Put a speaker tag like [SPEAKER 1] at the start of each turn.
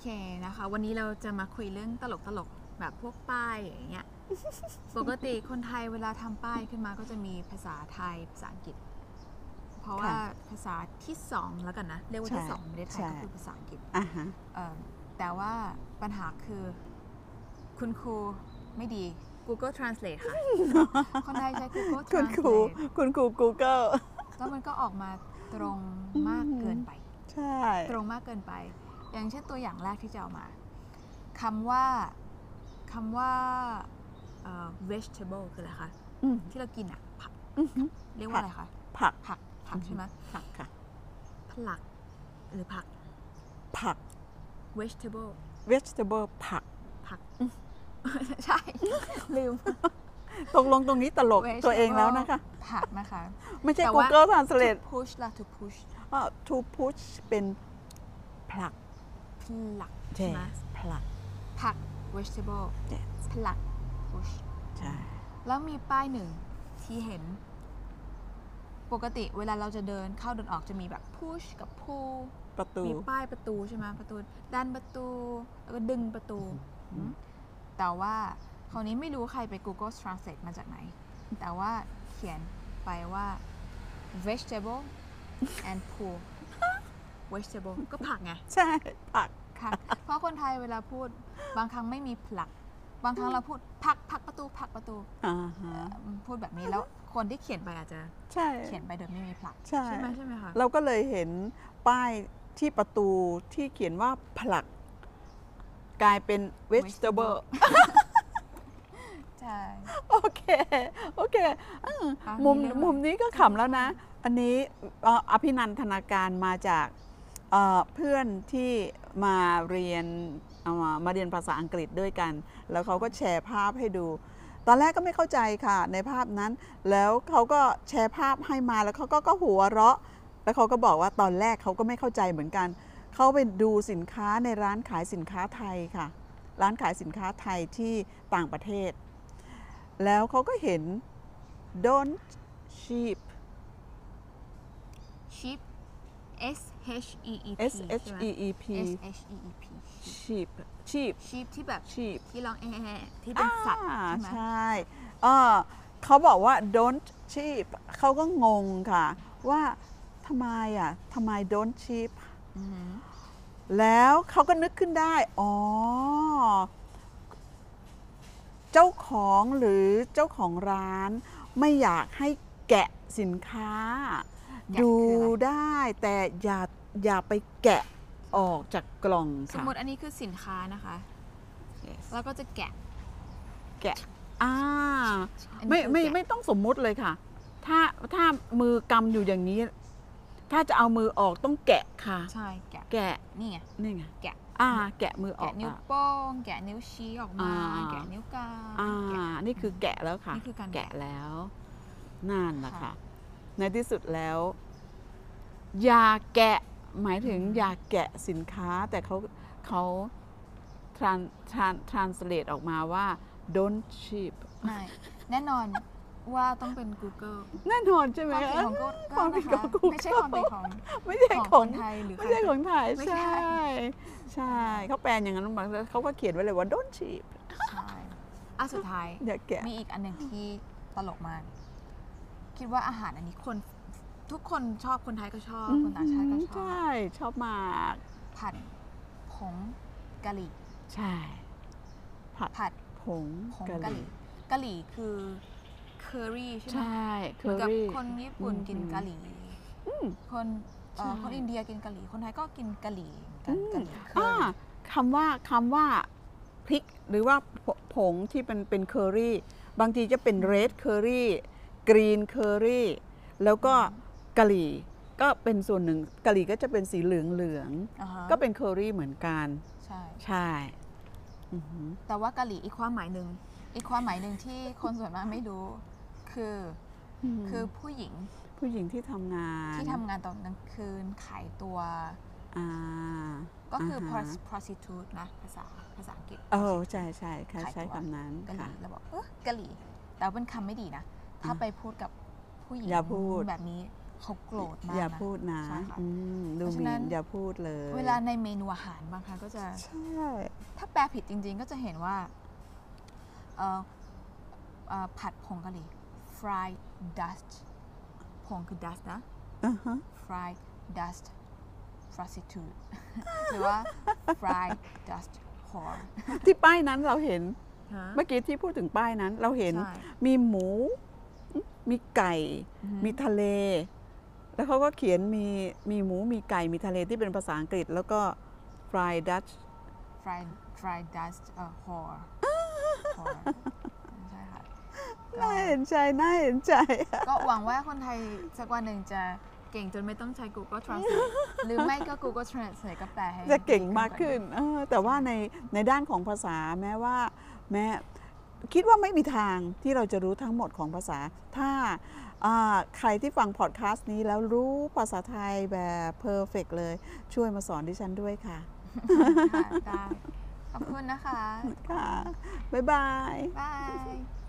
[SPEAKER 1] เคนะคะ วันนี้เราจะมาคุยเรื่องตลกตลกๆแบบพวกป้ายอย่างเงี้ย ปกติคนไทยเวลาทำป้ายขึ้นมาก็จะมีภาษาไทยภาษาอังกฤษ เพราะว่า
[SPEAKER 2] ค่ะ
[SPEAKER 1] ภาษาที่สองแล้วกันนะ เรียกว่า
[SPEAKER 2] ใช่
[SPEAKER 1] ที่สองในประเทศไทย
[SPEAKER 2] ใช่
[SPEAKER 1] ก็คือภาษาอังกฤษ
[SPEAKER 2] อ่ะฮะ
[SPEAKER 1] เอิ่มแต่ว่าปัญหาคือคุณครูไม่ดี Google Translate ค่ะ คนไทยใช้ Google
[SPEAKER 2] คุณครู
[SPEAKER 1] Translate
[SPEAKER 2] คุณครู Google
[SPEAKER 1] แล้วมันก็ออกมาตรงมากเกินไป
[SPEAKER 2] ใช่
[SPEAKER 1] ตรงมากเกินไป อย่างเช่นตัวอย่างแรกที่จะเอามาคำว่าคำว่าเอ่อ vegetable คืออะไรคะ
[SPEAKER 2] อืม
[SPEAKER 1] ที่เรากินอะผัก
[SPEAKER 2] อื้อหือ
[SPEAKER 1] เรียกว่าอะไรคะ
[SPEAKER 2] ผัก
[SPEAKER 1] ผัก ผัก
[SPEAKER 2] อือฮึ
[SPEAKER 1] ใช่ไหม
[SPEAKER 2] ผักค่ะ
[SPEAKER 1] ผลัก หรือผัก
[SPEAKER 2] ผัก
[SPEAKER 1] vegetable
[SPEAKER 2] vegetable ผัก
[SPEAKER 1] ผัก ใช่ ลืม
[SPEAKER 2] ตกลงตรงนี้ตลก
[SPEAKER 1] vegetable
[SPEAKER 2] ตัวเองแล้วนะคะ
[SPEAKER 1] ผักนะคะ
[SPEAKER 2] ไม่ใช่
[SPEAKER 1] แต่ว่า
[SPEAKER 2] Google
[SPEAKER 1] to
[SPEAKER 2] Translate
[SPEAKER 1] push ละ to push
[SPEAKER 2] อ่ะ to push เป็นผลัก
[SPEAKER 1] ผลักใช่ไหม
[SPEAKER 2] ผลัก
[SPEAKER 1] ผัก vegetable
[SPEAKER 2] Yes
[SPEAKER 1] ผลัก push
[SPEAKER 2] ใช่
[SPEAKER 1] แล้วมีป้ายหนึ่งที่เห็น ปกติเวลาเราจะเดินเข้าเดินออกจะมีแบบ push กับ pull
[SPEAKER 2] ประตู
[SPEAKER 1] มีป้ายประตูใช่ไหมประตูดันประตูแล้วก็ดึงประตู
[SPEAKER 2] อืม
[SPEAKER 1] แต่ว่าคราวนี้ไม่รู้ใครไป Google Translate มาจากไหน แต่ว่าเขียนไปว่า vegetable and pull vegetable ก็ผักไง
[SPEAKER 2] ใช่ผัก
[SPEAKER 1] ค่ะเพราะคนไทยเวลาพูดบางครั้งไม่มีผลัก บางครั้งเราพูดผักผักประตูผักประตู
[SPEAKER 2] อ่าฮะ
[SPEAKER 1] พูดแบบนี้แล้วคนที่เขียนไปอาจจะ
[SPEAKER 2] ใช่
[SPEAKER 1] เขียนไปโดยไม่มีผลัก
[SPEAKER 2] ใช่
[SPEAKER 1] ไหมใช่ไหมคะ
[SPEAKER 2] เราก็เลยเห็นป้ายที่ประตูที่เขียนว่าผลัก กลายเป็น vegetable
[SPEAKER 1] ใช่
[SPEAKER 2] โอเค โอเคอ่ะ
[SPEAKER 1] อ่ะ
[SPEAKER 2] มุม
[SPEAKER 1] มีเรื่องอะไร
[SPEAKER 2] มุมนี้ก็ขำแล้วนะ อันนี้เอ่ออภินันทนาการมาจากเอ่อเพื่อนที่มาเรียนเอ่อมาเรียนภาษาอังกฤษด้วยกัน แล้วเขาก็แชร์ภาพให้ดู ตอนแรกก็ไม่เข้าใจค่ะ ในภาพนั้น แล้วเขาก็แชร์ภาพให้มาแล้วเขาก็ก็หัวเราะ แล้วเขาก็บอกว่าตอนแรกเขาก็ไม่เข้าใจเหมือนกัน เขาไปดูสินค้าในร้านขายสินค้าไทยค่ะ ร้านขายสินค้าไทยที่ต่างประเทศ แล้วเขาก็เห็น don't sheep
[SPEAKER 1] sheep S H E E P
[SPEAKER 2] s
[SPEAKER 1] ใช่
[SPEAKER 2] h
[SPEAKER 1] ไหม
[SPEAKER 2] e e p
[SPEAKER 1] S H E E P
[SPEAKER 2] sheep sheep
[SPEAKER 1] sheep ที่แบบ
[SPEAKER 2] sheep
[SPEAKER 1] ที่ร้องแอะแอะที่เป็นสัตว์
[SPEAKER 2] อ่า
[SPEAKER 1] ใช่ไหม
[SPEAKER 2] ใช่เอ่อเขาบอกว่า don't sheep เขาก็งงค่ะ ว่าทำไมอ่ะทำไม don't sheep
[SPEAKER 1] อือหือ
[SPEAKER 2] แล้วเขาก็นึกขึ้นได้ อ๋อ เจ้าของหรือเจ้าของร้าน ไม่อยากให้แกะสินค้า ดูได้แต่อย่าอย่าไปแกะออกจากกล่อง
[SPEAKER 1] สม
[SPEAKER 2] ค่ะ
[SPEAKER 1] มติอันนี้คือสินค้านะคะ แล้วก็จะแกะ
[SPEAKER 2] แกะอ่า
[SPEAKER 1] อันนี้
[SPEAKER 2] ไม่
[SPEAKER 1] คือ
[SPEAKER 2] ไม่
[SPEAKER 1] แกะ
[SPEAKER 2] ไม่ต้องสมมุติเลยค่ะ ถ้าถ้ามือกำอยู่อย่างนี้ ถ้าจะเอามือออกต้องแกะค่ะ
[SPEAKER 1] ใช่แกะ
[SPEAKER 2] แกะ
[SPEAKER 1] นี่ไง
[SPEAKER 2] นี่ไง
[SPEAKER 1] แกะ
[SPEAKER 2] อ่า แกะมือออ
[SPEAKER 1] แกะ
[SPEAKER 2] ก
[SPEAKER 1] นิ้ว
[SPEAKER 2] อ่ะ
[SPEAKER 1] โป้งแกะนิ้วชี้ออกมา
[SPEAKER 2] อ่า
[SPEAKER 1] แกะนิ้วกลาง
[SPEAKER 2] อ่า
[SPEAKER 1] แกะ
[SPEAKER 2] นี่คือแกะแล้วค่ะ
[SPEAKER 1] นี่คือการแกะ
[SPEAKER 2] แกะแล้วนั่นแหละค่ะ ในที่สุดแล้ว อย่าแกะหมายถึงอย่าแกะสินค้า แต่เขาเขาทรานทรานทรานสเลตออกมาว่า don't cheap
[SPEAKER 1] ไม่แน่นอนว่าต้องเป็น Google
[SPEAKER 2] แน่นอนใช่ไหม
[SPEAKER 1] ความผิดของก็
[SPEAKER 2] ความผิดของ
[SPEAKER 1] ก็นะคะ
[SPEAKER 2] Google
[SPEAKER 1] ไม่ใช่ความผิดของ
[SPEAKER 2] ไม่ใช่
[SPEAKER 1] ของ
[SPEAKER 2] ข
[SPEAKER 1] ค
[SPEAKER 2] อง
[SPEAKER 1] นไทยหรือ
[SPEAKER 2] ไม่
[SPEAKER 1] ใคร
[SPEAKER 2] ใช่ของไทย
[SPEAKER 1] ไม่ใช่
[SPEAKER 2] ใช่ ใช่เขาแปลอย่างนั้นบางทีเขาก็เขียนไว้เลยว่า don't cheap
[SPEAKER 1] ใช่อ่ะสุดท้าย
[SPEAKER 2] อย่าแกะ
[SPEAKER 1] มีอีกอันหนึ่งที่ตลกมาก คิดว่าอาหารอันนี้คนทุกคนชอบคนไทยก็ชอบ คนต่างชาติก็ชอ
[SPEAKER 2] ใช่
[SPEAKER 1] บ
[SPEAKER 2] ชอบมาก
[SPEAKER 1] ผัดผงกะหรี่
[SPEAKER 2] ใช่ผัด
[SPEAKER 1] ผัด
[SPEAKER 2] ผง
[SPEAKER 1] ผงกะหรี่กะหรี่คือเคอรี่ใช่ไหม
[SPEAKER 2] ใช่
[SPEAKER 1] เห
[SPEAKER 2] เค
[SPEAKER 1] มื
[SPEAKER 2] อ
[SPEAKER 1] อนกับ
[SPEAKER 2] รี่
[SPEAKER 1] คนญี่ปุ่นกิน
[SPEAKER 2] อืม
[SPEAKER 1] กะหรี่คนเอ่อ
[SPEAKER 2] ใช่
[SPEAKER 1] คนอินเดียกินกะหรี่คนไทยก็กินกะหรี่เหมือนกั
[SPEAKER 2] อื
[SPEAKER 1] น
[SPEAKER 2] ม
[SPEAKER 1] กะหรี่เคอ
[SPEAKER 2] อ่า
[SPEAKER 1] รี่
[SPEAKER 2] คำว่าคำว่าพริกหรือว่าผผงที่เป็นเป็นเคอรี่ บางทีจะเป็นเรดเคอรี่กรีนเคอรี่แล้วก็กะหรี่ก็เป็นส่วนหนึ่งกะหรี่ก็จะเป็นสีเหลืองเหลืองๆ
[SPEAKER 1] อ่าฮะ
[SPEAKER 2] ก็เป็นเคอรี่เหมือนกัน
[SPEAKER 1] ใช่
[SPEAKER 2] ใช่อือหือ
[SPEAKER 1] แต่ว่ากะหรี่อีกความหมายหนึ่งอีกความหมายหนึ่งที่คนส่วนมากไม่รู้ คือคือผู้หญิง
[SPEAKER 2] ผู้หญิงที่ทำงาน
[SPEAKER 1] ที่ทำงานตอนกลางคืนขายตัว
[SPEAKER 2] อ่า
[SPEAKER 1] ก็คืออ
[SPEAKER 2] าฮะ
[SPEAKER 1] pros- prostitute นะภาษาภาษาอังกฤษ
[SPEAKER 2] เออใช่ใช่ใช่
[SPEAKER 1] ขาย
[SPEAKER 2] ใช้
[SPEAKER 1] ตัว
[SPEAKER 2] คำนั้น
[SPEAKER 1] กะห
[SPEAKER 2] ค่ะ
[SPEAKER 1] รี่เราบอกเออกะหรี่แต่ว่าเป็นคำไม่ดีนะ ถ้า
[SPEAKER 2] อ่ะ
[SPEAKER 1] ไปพูดกับผู้หญิง
[SPEAKER 2] อย่าพูด
[SPEAKER 1] แบบนี้ เขาโกรธมาก
[SPEAKER 2] อย่า
[SPEAKER 1] นะ
[SPEAKER 2] พูดนะ
[SPEAKER 1] ใช่ค่ะ
[SPEAKER 2] อืมดู
[SPEAKER 1] เพราะ
[SPEAKER 2] ห
[SPEAKER 1] ฉะนั้
[SPEAKER 2] มิ
[SPEAKER 1] น
[SPEAKER 2] นอย่าพูดเลย
[SPEAKER 1] เวลาในเมนูอาหารบางครั้งก็จะ
[SPEAKER 2] ใช่
[SPEAKER 1] ถ้าแปลผิดจริงๆ ก็จะเห็นว่าเอ่อเอ่อผัดผงกะหรี่ fried dust ผงคือ dust นะ
[SPEAKER 2] อ่าฮะ
[SPEAKER 1] fried dust prostitute หรือว่า fried dust whore
[SPEAKER 2] ที่ป้ายนั้นเราเห็น
[SPEAKER 1] ฮะ
[SPEAKER 2] เมื่อกี้ที่พูดถึงป้ายนั้นเราเห็น
[SPEAKER 1] ใช่
[SPEAKER 2] มีหมู มีไก่
[SPEAKER 1] อือฮึ
[SPEAKER 2] มีทะเล แล้วเขาก็เขียนมีมีหมูมีไก่มีทะเลที่เป็นภาษาอังกฤษ แล้วก็ fry Dutch
[SPEAKER 1] fried fried dust เอ่อ whore whore ใช่ค่ะก็
[SPEAKER 2] น่าเห็นใจน่าเห็นใจ
[SPEAKER 1] ก็หวังว่าคนไทยสักวันหนึ่งจะเก่งจนไม่ต้องใช้ Google Translate หรือไม่ก็ Google Translate ก็แปลให้
[SPEAKER 2] จะเก่งมาก
[SPEAKER 1] ดี
[SPEAKER 2] ขึ้น
[SPEAKER 1] ว่
[SPEAKER 2] เออแต่ว่าในในด้านของภาษาแม้ว่าแม้คิดว่าไม่มีทางที่เราจะรู้ทั้งหมดของภาษา ถ้าอ่าใครที่ฟังพอดแคสต์นี้แล้วรู้ภาษาไทยแบบเพอร์เฟกเลย ช่วยมาสอนดิฉันด้วยค่ะ
[SPEAKER 1] ค่ะได้ขอบคุณนะคะ
[SPEAKER 2] ค่ะ บ๊ายบาย
[SPEAKER 1] Bye.